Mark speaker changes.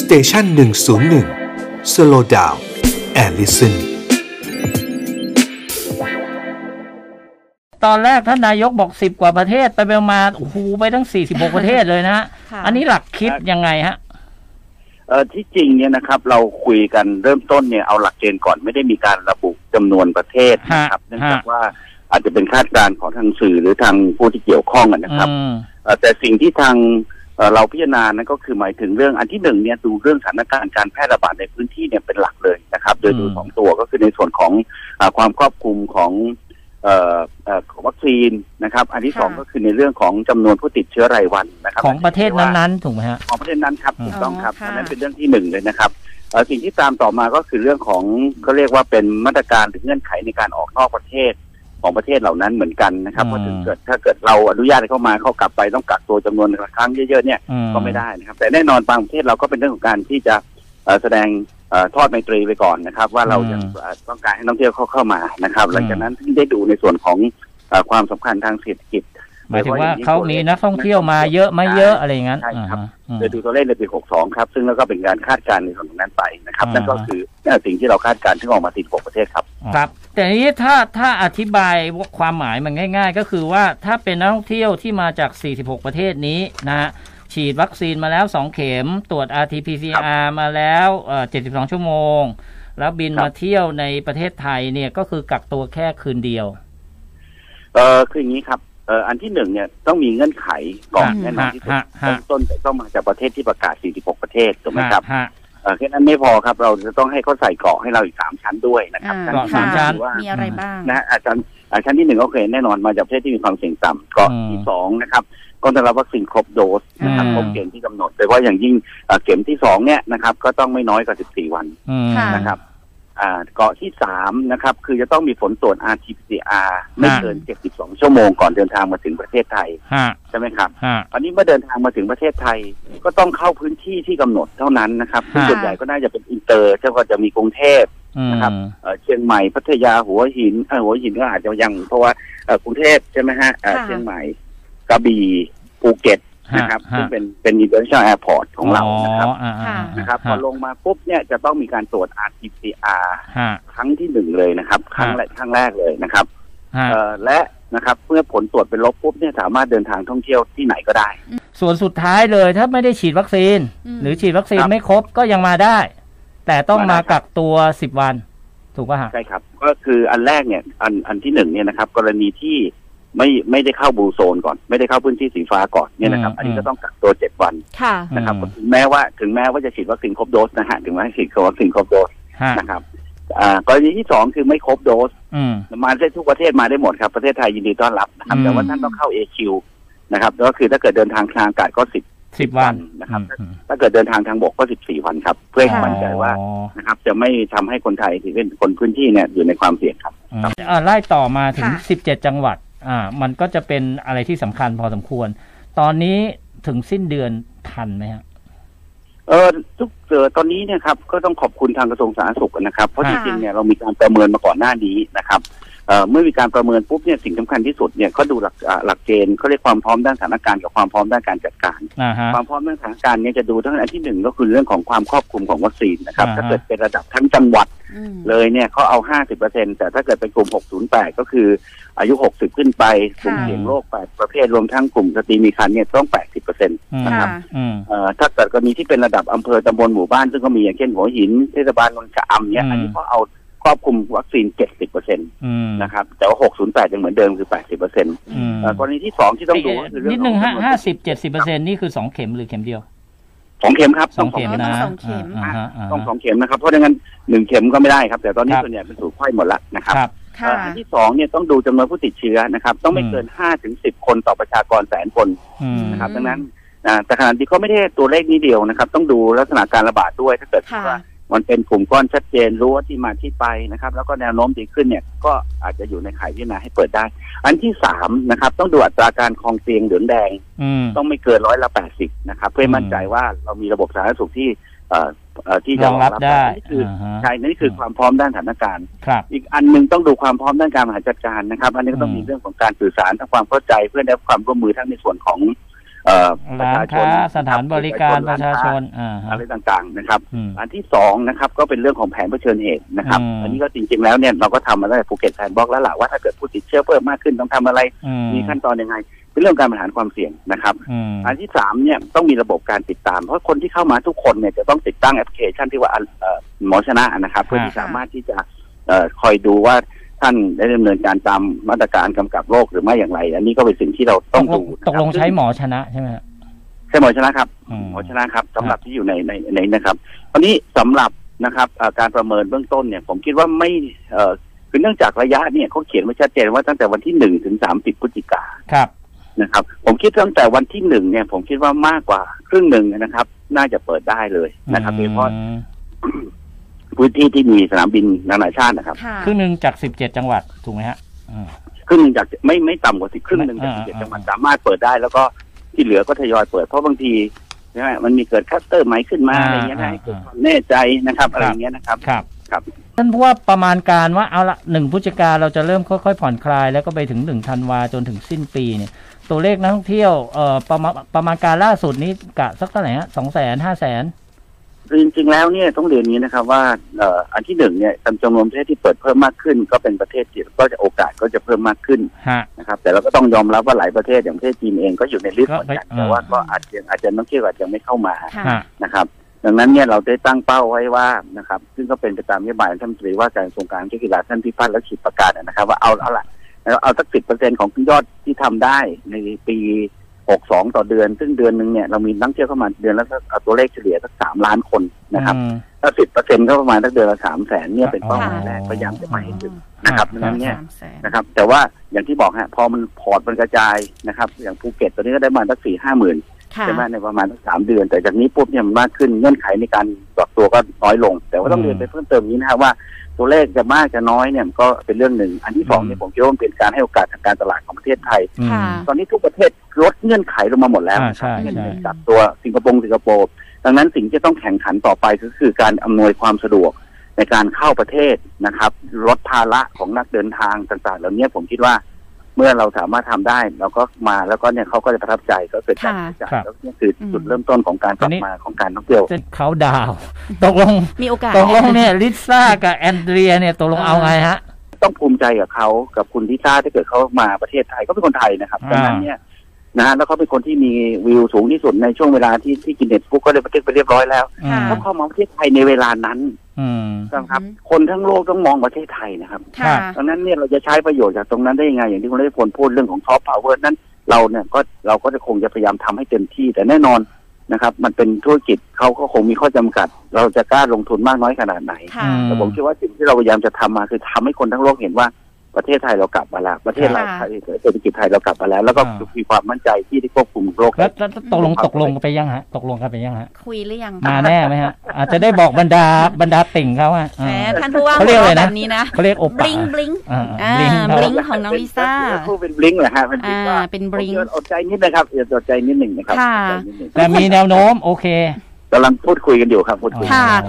Speaker 1: สเตชันหนึ่งศูนย์หนึ่งสโลดาวแอลลิสัน
Speaker 2: ตอนแรกท่านนายกบอกสิบกว่าประเทศไปไปมาโอ้โหไปตั้งสี่สิบหกประเทศเลยนะฮะ
Speaker 3: ค่ะ
Speaker 2: อันนี้หลักคิดยังไงฮะ
Speaker 4: เอ่อที่จริงเนี่ยนะครับเราคุยกันเริ่มต้นเนี่ยเอาหลักเกณฑ์ก่อนไม่ได้มีการระบุจำนวนประเทศนะครับ
Speaker 2: ฮะ
Speaker 4: เนื่องจากว่าอาจจะเป็นคาดการณ์ของทางสื่อหรือทางผู้ที่เกี่ยวข้องอะนะครับ
Speaker 2: อืม
Speaker 4: เอ่อแต่สิ่งที่ทางเอ่อเราพิจารณานั้นก็คือหมายถึงเรื่องอันที่หนึ่งเนี่ยดูเรื่องสถานการณ์การแพร่ระบาดในพื้นที่เนี่ยเป็นหลักเลยนะครับ โดยดูสองตัวก็คือในส่วนของอาความครอบคลุมของเอ่อเอ่อของวัคซีนนะครับ อันที่สอง
Speaker 3: ค่ะ
Speaker 4: ก็คือในเรื่องของจำนวนผู้ติดเชื้อรายวันนะครับ
Speaker 2: ของประเทศนั้นๆถูกไหมฮะ
Speaker 4: ของประเด็นนั้นครับ
Speaker 2: อ๋อ
Speaker 4: ถูกต้องครับ
Speaker 3: ค่ะ
Speaker 4: อันนั้นเป็นเรื่องที่หนึ่งเลยนะครับเอ่อสิ่งที่ตามต่อมาก็คือเรื่องของเขาเรียกว่าเป็นมาตรการหรือเงื่อนไขในการออกนอกประเทศของประเทศเหล่านั้นเหมือนกันนะครับ
Speaker 2: อืม
Speaker 4: เพราะถึงเกิดถ้าเกิดเราอนุญาตให้เข้ามาเข้ากลับไปต้องกักตัวจำนวนครั้งเยอะๆเนี่ย
Speaker 2: อื
Speaker 4: ก็ไม่ได้นะครับ แต่แน่นอนบางประเทศเราก็เป็นเรื่องของการที่จะเอ่อแสดงเอ่อทอดไมตรีไปก่อนนะครับ ว่าเรายังเอ่อต้องการให้นักท่องเที่ยวเข้าเข้ามานะครับ หลังจากนั้นที่ได้ดูในส่วนของเอ่อความสำคัญทางเศรษฐกิจ
Speaker 2: หมายถึงว่าเขามีนักท่องเที่ยวมาเยอะไหม่เยอะอะไรอย่างนั้น
Speaker 4: ใช่ครับ
Speaker 2: อ่าฮะ
Speaker 4: โดยดูตัวเลขในปี 62 ครับ ซึ่งแล้วก็เป็นการคาดการณ์ในส่วนของนั้นไปนะครับ
Speaker 2: อ่า
Speaker 4: นั่นก็คือสิ่งที่เราคาดการณ์ที่ออกมาติด6ประเทศครับ
Speaker 2: ครับ แต่ทีนี้ถ้าถ้าอธิบายความหมายมันง่าย ๆ ก็คือว่าถ้าเป็นนักท่องเที่ยวที่มาจาก 46 ประเทศนี้นะฮะฉีดวัคซีนมาแล้ว 2 เข็ม ตรวจ RT-PCR มาแล้วเอ่อ72 ชั่วโมง แล้วบิน
Speaker 4: ครับ
Speaker 2: มาเที่ยวในประเทศไทยเนี่ยก็คือกักตัวแค่คืนเดียว
Speaker 4: เออคืออย่างนี้ครับเอออันที่หนึ่งเนี่ยต้องมีเงื่อนไขก่อน
Speaker 2: ฮะ
Speaker 4: แน่นอนที่สุด
Speaker 2: ฮะฮะ
Speaker 4: เริ่มต้นแต่ต้องมาจากประเทศที่ประกาศ 46 ประเทศถูกไหมครับ
Speaker 2: ฮะ
Speaker 4: เออแค่นั้นไม่พอครับ เราจะต้องให้เขาใส่เกราะให้เราอีก 3 ชั้นด้วยนะครับ
Speaker 3: อ่า
Speaker 4: ชั้น
Speaker 2: เกราะสาม
Speaker 4: ที่
Speaker 2: ชั้
Speaker 4: ห
Speaker 2: น
Speaker 4: งว่า
Speaker 3: มีอะไรบ้าง
Speaker 4: นะฮะอาจารย์อาชั้นที่หนึ่งก็เคยแน่นอนมาจากประเทศที่มีความเสี่ยงต่ำเก็
Speaker 2: อืม
Speaker 4: ที่สองนะครับก็ได้รับวัคซีนครบโดสนะครับ
Speaker 2: อืม
Speaker 4: ครบเกณฑ์ที่กำหนดโดยเฉพาะอย่างยิ่งเอ่อเข็มที่สองเนี่ยนะครับก็ต้องไม่น้อยกว่า 14 วัน
Speaker 2: อืม
Speaker 3: ค่ะ
Speaker 4: นะครับอ่าเกาะที่สามนะครับ คือจะต้องมีผลตรวจ RT-PCR ไม่เกิน 72 ชั่วโมงก่อนเดินทางมาถึงประเทศไทย
Speaker 2: ฮะ
Speaker 4: ใช่ไหมครับ
Speaker 2: ฮะ
Speaker 4: อันนี้เมื่อเดินทางมาถึงประเทศไทย ก็ต้องเข้าพื้นที่ที่กำหนดเท่านั้นนะครับซึ่ง
Speaker 2: ฮะ
Speaker 4: ส่วนใหญ่ก็น่าจะเป็นอินเตอร์เจ้าก็จะมีกรุงเทพ
Speaker 2: อืม
Speaker 4: นะครับ เอ่อเชียงใหม่พัทยาหัวหินเอ่อหัวหินก็อาจจะยังเพราะว่าเอ่อกรุงเทพใช่ไหมฮะเอ่อ
Speaker 3: ค่ะ
Speaker 4: เชียงใหม่กระบี่ภูเก็ตนะครับ
Speaker 2: ฮะ
Speaker 4: ซึ่งเป็นเป็น international airport ของเรานะครับ
Speaker 2: อ๋ออ่าอ่า
Speaker 4: นะครับพอลงมาปุ๊บเนี่ยจะต้องมีการตรวจ RT-PCR
Speaker 2: ฮะ
Speaker 4: ครั้งที่หนึ่งเลยนะครับ ครั้งแรกครั้งแรกเลยนะครับ
Speaker 2: ฮะ
Speaker 4: เอ่อและนะครับเมื่อผลตรวจเป็นลบปุ๊บเนี่ยสามารถเดินทางท่องเที่ยวที่ไหนก็ได้
Speaker 2: ส่วนสุดท้ายเลยถ้าไม่ได้ฉีดวัคซีน
Speaker 3: อืม
Speaker 2: หรือฉีดวัคซีน
Speaker 4: ครับ
Speaker 2: ไม่ครบก็ยังมาได้ แต่ต้องมา
Speaker 4: มาได้ครับ
Speaker 2: กักตัวสิบวัน ถูกป่ะฮะ
Speaker 4: ใช่ครับ ก็คืออันแรกเนี่ยอันอันที่หนึ่งเนี่ยนะครับ กรณีที่ไม่ไม่ได้เข้าบลูโซนก่อน ไม่ได้เข้าพื้นที่สีฟ้าก่อนเนี่ยนะครับ
Speaker 2: อืม
Speaker 4: อันนี้ก็ต้องกักตัวเจ็ดวัน
Speaker 3: ค่ะ
Speaker 4: นะครับ
Speaker 2: อืม
Speaker 4: ถึงแม้ว่าถึงแม้ว่าจะฉีดวัคซีนครบโดสนะฮะถึงแม้ฉีดวัคซีนครบโดส
Speaker 2: ฮะ
Speaker 4: นะครับอ่ากรณีที่สองคือไม่ครบโดส
Speaker 2: อืม
Speaker 4: มาได้ทุกประเทศมาได้หมดครับ ประเทศไทยยินดีต้อนรับนะครับ
Speaker 2: อืม
Speaker 4: แต่ว่าท่านต้องเข้า AQ นะครับก็คือถ้าเกิดเดินทางทางอากาศก็สิบ
Speaker 2: สิบวัน
Speaker 4: นะครับ
Speaker 2: อืม
Speaker 4: ถ้าเกิดเดินทางทางบกก็สิบสี่วันครับ เพื่อให้
Speaker 3: ค่ะ
Speaker 4: มั่นใจว่า
Speaker 2: อ๋อ
Speaker 4: นะครับจะไม่ทำให้คนไทยที่เป็นคนพื้นที่เนี่ยอยู่ในความเสี่ยงครับ
Speaker 2: อืมอ่าไล่ต่อมาถึง
Speaker 3: ค่ะ
Speaker 2: สิบเจ็ดจังหวัด อ่า มันก็จะเป็นอะไรที่สำคัญพอสมควร ตอนนี้ถึงสิ้นเดือนทันไหมฮะ
Speaker 4: เออทุกเออตอนนี้เนี่ยครับก็ต้องขอบคุณทางกระทรวงสาธารณสุขนะครับ เพราะจ
Speaker 3: ค่ะ
Speaker 4: ริงๆเนี่ยเรามีการประเมินมาก่อนหน้านี้นะครับเอ่อเมื่อมีการประเมินปุ๊บเนี่ยสิ่งสำคัญที่สุดเนี่ยเขาดูหลักอ่าหลักเกณฑ์เขาเรียกความพร้อมด้านสถานการณ์กับความพร้อมด้านการจัดการ
Speaker 2: อ่าฮะ
Speaker 4: ความพร้อมด้านสถานการณ์เนี่ยจะดูทั้งอันที่หนึ่งก็คือเรื่องของความครอบคลุมของวัคซีนนะครับ
Speaker 2: อ่าฮะ
Speaker 4: ถ้าเกิดเป็นระดับทั้งจังหวัด
Speaker 3: อืม
Speaker 4: เลยเนี่ยเขาเอา 50%แต่ถ้าเกิดเป็นกลุ่ม 608 ก็คืออายุ 60 ขึ้นไปกลุ่ม
Speaker 3: ค่ะ
Speaker 4: เสี่ยงโรคแปดประเภทรวมทั้งกลุ่มสตรีมีครรภ์เนี่ยต้อง 80%
Speaker 2: อืม
Speaker 3: ค่ะ
Speaker 2: อืม
Speaker 4: เอ่อถ้าเกิดกรณีที่เป็นระดับอำเภอตำบลหมู่บ้านซึ่งก็มีอย่างเช่นหัวหินเทศบาลนนทชะอำเนี่ย
Speaker 2: อืม
Speaker 4: อันนี้ก็เอาครอบคลุมวัคซีน 70เปอร์เซ็นต์
Speaker 2: อืม
Speaker 4: นะครับแต่ว่า 608 ยังเหมือนเดิมคือ 80เปอร์เซ็นต์
Speaker 2: อืม
Speaker 4: กรณีที่สองที่ต้องดูก็คือเรื่อง
Speaker 2: นิดนึง
Speaker 4: ขอ
Speaker 2: ฮะ
Speaker 4: จำว
Speaker 2: ห้าสิบเจ็ดสิบเปอร์เซ็นนี่คือสองเข็มหรือเข็มเดียว
Speaker 4: สองเข็มครับ
Speaker 2: สองเข็ม
Speaker 3: ต้อง
Speaker 2: นะ
Speaker 3: สองเข็ม
Speaker 2: อ่าฮะาฮะ
Speaker 4: ต้องสองเข็มนะครับเพราะฉะนั้นหนึ่งเข็มก็ไม่ได้ครับ แต่ตอนนี้
Speaker 2: ครับ
Speaker 4: ส่วนใหญ่เป็นสูตรไข้หมดละนะครับ
Speaker 2: ครับ
Speaker 4: เอ่
Speaker 3: ค่ะ
Speaker 4: ออันที่สองเนี่ยต้องดูจำนวนผู้ติดเชื้อนะครับต้องไม่เกิน5ถึง10 คนต่อประชากรแสนคน
Speaker 2: อืม
Speaker 4: นะครับ
Speaker 3: อืม
Speaker 4: ดังนั้นอ่าแต่ขณะที่ก็ไม่ได้ตัวเลขนี้เดียวนะครับ ต้องดูลักษณะการระบาดด้วยถ้าเกิด
Speaker 3: ค่ะ
Speaker 4: ว่ามันเป็นกลุ่มก้อนชัดเจนรู้ว่าที่มาที่ไปนะครับ แล้วก็แนวโน้มดีขึ้นเนี่ยก็อาจจะอยู่ในข่ายพิจารณาให้เปิดได้ อันที่สามนะครับ ต้องดูอัตราการคลองเตียงเหลืองแดง
Speaker 2: อืม
Speaker 4: ต้องไม่เกินร้อยละแปดสิบนะครับ เพื่อให้มั่นใจว่าเรามีระบบสาธารณสุขที่เอ่อเอ่อที่จะ
Speaker 2: รองรับได้
Speaker 4: นี่คืออา
Speaker 2: ฮะ
Speaker 4: ใช่นั่นคือความพร้อมด้านสถานการณ์
Speaker 2: ครับ
Speaker 4: อีกอันหนึ่งต้องดูความพร้อมด้านการบริหารจัดการนะครับ อันนี้ก็ต้อง
Speaker 2: อืม
Speaker 4: มีเรื่องของการสื่อสารทั้งความเข้าใจเพื่อได้รับความร่วมมือทั้งในส่วนของ เอ่อประ
Speaker 2: ร้าน
Speaker 4: ชาชน
Speaker 2: ค้าสถานบริการประชาชนอ่าฮะ
Speaker 4: อะไรต่างๆนะครับ
Speaker 2: อืม
Speaker 4: อันที่สองนะครับก็เป็นเรื่องของแผนเผชิญเหตุนะครับ
Speaker 2: อืม
Speaker 4: อันนี้ก็จริงๆแล้วเนี่ยเราก็ทำมาตั้งแต่ภูเก็ตแผนบล็อกแล้วล่ะว่าถ้าเกิดผู้ติดเชื้อเพิ่มมากขึ้นต้องทำอะไร
Speaker 2: อื
Speaker 4: มีขั้นตอนยังไง เป็นเรื่องการบริหารความเสี่ยงนะครับ
Speaker 2: อืม
Speaker 4: อันที่สามเนี่ยต้องมีระบบการติดตาม เพราะคนที่เข้ามาทุกคนเนี่ยจะต้องติดตั้งแอปพลิเคชันที่ว่าเอ่อหมอชนะนะครับ เพื่อที่
Speaker 2: ค่ะ
Speaker 4: สามารถที่จะเอ่อคอยดูว่าท่านได้ดำเนินการตามมาตรการกำกับโรคหรือไม่อย่างไร อันนี้ก็เป็นสิ่งที่เราต้องดูนะครับ
Speaker 2: ตกลงใช้หมอชนะใช่ไหมฮะ
Speaker 4: ใช่หมอชนะครับ
Speaker 2: อืม
Speaker 4: หมอชนะครับสำหรับที่อยู่ในในในนะครับตอนนี้สำหรับนะครับเอ่อการประเมินเบื้องต้นเนี่ย ผมคิดว่าไม่เอ่อคือเนื่องจากระยะเนี่ยเขาเขียนไว้ชัดเจนว่าตั้งแต่วันที่หนึ่งถึงสามสิบพฤศจิกา
Speaker 2: ครับ
Speaker 4: นะครับผมคิดตั้งแต่วันที่หนึ่งเนี่ย ผมคิดว่ามากกว่าครึ่งหนึ่งนะครับ น่าจะเปิดได้เลยนะครับโดยเฉพาะ
Speaker 2: อืม
Speaker 4: พื้นที่ที่มีสนามบินนานาชาตินะครับ
Speaker 3: ค่ะ
Speaker 2: ครึ่งหนึ่งจากสิบเจ็ดจังหวัดถูกไหมฮะอืม
Speaker 4: ครึ่งหนึ่งจากไม่ไม่ต่ำกว่าสิบครึ่งหนึ่งจาก
Speaker 2: อ่า
Speaker 4: สิบเจ็ด
Speaker 2: อ่า
Speaker 4: จังหวัดสามารถเปิดได้ แล้วก็ที่เหลือก็ทยอยเปิดเพราะบางทีใช่ไหมมันมีเกิดคลัสเตอร์ใหม่ขึ้นมาอะไรเงี้ยนะให้เกิดความแน่ใจนะครับอะไรเงี้ยนะครับ
Speaker 2: ครับ
Speaker 4: ครับ
Speaker 2: ท่านผู้ว่าประมาณการว่าเอาละหนึ่งพฤศจิกาเราจะเริ่มค่อยๆผ่อนคลาย แล้วก็ไปถึงหนึ่งธันวาจนถึงสิ้นปีเนี่ยตัวเลขนักท่องเที่ยวเอ่อประมาณประมาณการล่าสุดนี้กะสักเท่าไหร่ฮะสองแสนห้าแสน
Speaker 4: จริงๆแล้วเนี่ยต้องเรียนอย่างนี้นะครับว่าเอ่ออันที่หนึ่งเนี่ยจำนวนประเทศที่เปิดเพิ่มมากขึ้น ก็เป็นประเทศที่ก็จะโอกาสก็จะเพิ่มมากขึ้น
Speaker 2: ฮะ
Speaker 4: นะครับแต่เราก็ต้องยอมรับว่าหลายประเทศอย่างประเทศจีนเองก็อยู่ในลิสต์
Speaker 2: ก็
Speaker 4: เหมือนกัน
Speaker 2: ไปอ่า
Speaker 4: แต่ว่าก็อาจจะอาจจะนักเที่ยวอาจจะไม่เข้ามา
Speaker 3: ค่ะ
Speaker 2: ฮะ
Speaker 4: นะครับ ดังนั้นเนี่ยเราได้ตั้งเป้าไว้ว่านะครับ ซึ่งก็เป็นไปตามนโยบายของท่านรัฐมนตรีว่าการกระทรวงการท่องเที่ยวกีฬาท่านพิพัฒน์และขีดประกาศนะครับ ว่าเอาเอาละเอาเอาสักสิบเปอร์เซ็นของยอดที่ทำได้ในปีหกสองต่อเดือน ซึ่งเดือนหนึ่งเนี่ยเรามีนักเที่ยวเข้ามาเดือนละสักเอาตัวเลขเฉลี่ยสักสามล้านคนนะครับ
Speaker 2: อืม
Speaker 4: ถ้าสิบเปอร์เซ็นก็ประมาณสักเดือนละสามแสนเนี่ยเป็นเป้าหมายแรก
Speaker 2: อ๋อ
Speaker 4: พยายามจะไปให้ถึงนะครับดังนั้นเนี่ย
Speaker 3: สามแสน
Speaker 4: นะครับแต่ว่าอย่างที่บอกฮะพอมันพอร์ตมันกระจายนะครับ อย่างภูเก็ตตอนนี้ก็ได้ประมาณสักสี่ห้าหมื่น
Speaker 3: ค่ะ
Speaker 4: ใช่ไหมในประมาณสักสามเดือน แต่จากนี้ปุ๊บเนี่ยมันมากขึ้นเงื่อนไขในการปรับตัวก็น้อยลง แต่ว่าต้อง
Speaker 2: อืม
Speaker 4: เรียนไปเพิ่มเติมอย่างนี้นะฮะว่าตัวเลขจะมากจะน้อยเนี่ยมันก็เป็นเรื่องหนึ่ง อันที่สองเนี่
Speaker 2: อื
Speaker 4: ย
Speaker 2: ม
Speaker 4: ผมคิดว่ามันเป็นการให้โอกาสทางการตลาดของประเทศไทย
Speaker 2: อืม
Speaker 3: ค่ะ
Speaker 4: ตอนนี้ทุกประเทศลดเงื่อนไขลงมาหมดแล้ว
Speaker 2: อ่าใช่ใช่
Speaker 4: เงื่อนไขกับตัวสิงคโปร์สิงคโปร์ดังนั้นสิ่งที่ต้องแข่งขันต่อไปก็คือการอำนวยความสะดวกในการเข้าประเทศนะครับลดภาระของนักเดินทางต่างๆ เหล่านี้ผมคิดว่า เมื่อเราสามารถทำได้เราก็มาแล้วก็เนี่ยเขาก็จะประทับใจก็เกิดการ
Speaker 3: ค่ะ
Speaker 4: ใช้จ่าย
Speaker 2: ครับ
Speaker 4: แล้วนี่คือจุดเริ่มต้นของการกลั
Speaker 2: อัน
Speaker 4: บ
Speaker 2: นี้
Speaker 4: มาของการท่องเที่ยว
Speaker 2: จะเขาดาวน์ตกลง
Speaker 3: มีโอกาส
Speaker 2: ตกลงเนี่ยลิซ่ากับแอนเดรียเนี่ยตกลง
Speaker 3: เออ
Speaker 2: เอาไงฮะ
Speaker 4: ต้องภูมิใจกับเขากับคุณลิซ่าถ้าเกิดเขามาประเทศไทยก็เป็นคนไทยนะครับ
Speaker 2: อ่า
Speaker 4: ดังนั้นเนี่ยนะฮะแล้วเขาเป็นคนที่มีวิวสูงที่สุดในช่วงเวลาที่ที่กินเน็ตบุ๊กก็ได้บันทึกไปเรียบร้อยแล้ว
Speaker 2: อืม
Speaker 3: ค่ะ
Speaker 4: เขาเข้ามาประเทศไทยในเวลานั้น
Speaker 2: อืม
Speaker 4: นะครับ
Speaker 3: อืม
Speaker 4: คนทั้งโลกต้องมองประเทศไทยนะครับ
Speaker 3: ค่ะ
Speaker 4: ดังนั้นเนี่ยเราจะใช้ประโยชน์จากตรงนั้นได้ยังไง อย่างที่คุณได้พลพูดเรื่องของท็อปพาวเวอร์นั้นเราเนี่ยก็เราก็จะคงจะพยายามทำให้เต็มที่ แต่แน่นอนนะครับ มันเป็นธุรกิจเขาก็คงมีข้อจำกัด เราจะกล้าลงทุนมากน้อยขนาดไหน
Speaker 3: ค่ะ
Speaker 2: อืม
Speaker 4: แต่ผมคิดว่าสิ่งที่เราพยายามจะทำมาคือทำให้คนทั้งโลกเห็นว่าประเทศไทยเรากลับมาแล้วประเทศเรา
Speaker 3: ค่ะ
Speaker 4: เศรษฐกิจไทยเรากลับมาแล้ว แล้วก็
Speaker 2: อ่ามี
Speaker 4: มีความมั่นใจที่ได้ควบคุมโรค
Speaker 2: แล้วแล้วแล้วตกลง
Speaker 4: ครับ
Speaker 2: ตกลงกันไปยังฮะ ตกลงกันไปยังฮะ
Speaker 3: คุยหรือยัง
Speaker 2: มาแน่ไหมฮะ อาจจะได้บอกบรรดาบรรดาติ่งเขาอะ
Speaker 3: แหม
Speaker 2: อ่า
Speaker 3: ท่านผู้ว่า
Speaker 2: เขาเรียกอะไรนะ
Speaker 3: แบบนี้นะ
Speaker 2: เขาเรียกโอป
Speaker 3: บ
Speaker 2: ป้า
Speaker 3: ลิงบลิง
Speaker 2: อ่า
Speaker 3: อ่า
Speaker 2: บลิง
Speaker 3: Blink ของน้องลิซ่า
Speaker 4: พูดเป็นบลิงก์เหรอฮะเป็นบลิง
Speaker 3: อ่า
Speaker 4: ก์ว่า
Speaker 3: เป็นบลิง
Speaker 4: ผมจะอดใจนิดนะครับอย่าอดใจนิดหนึ่งนะครับ
Speaker 3: ค่ะ
Speaker 4: อดใจนิดหนึ่ง
Speaker 2: แต่มีแนวโน้มโอเค
Speaker 4: กำลังพูดคุยกันอยู่ครับพูดคุย
Speaker 3: ค่ะ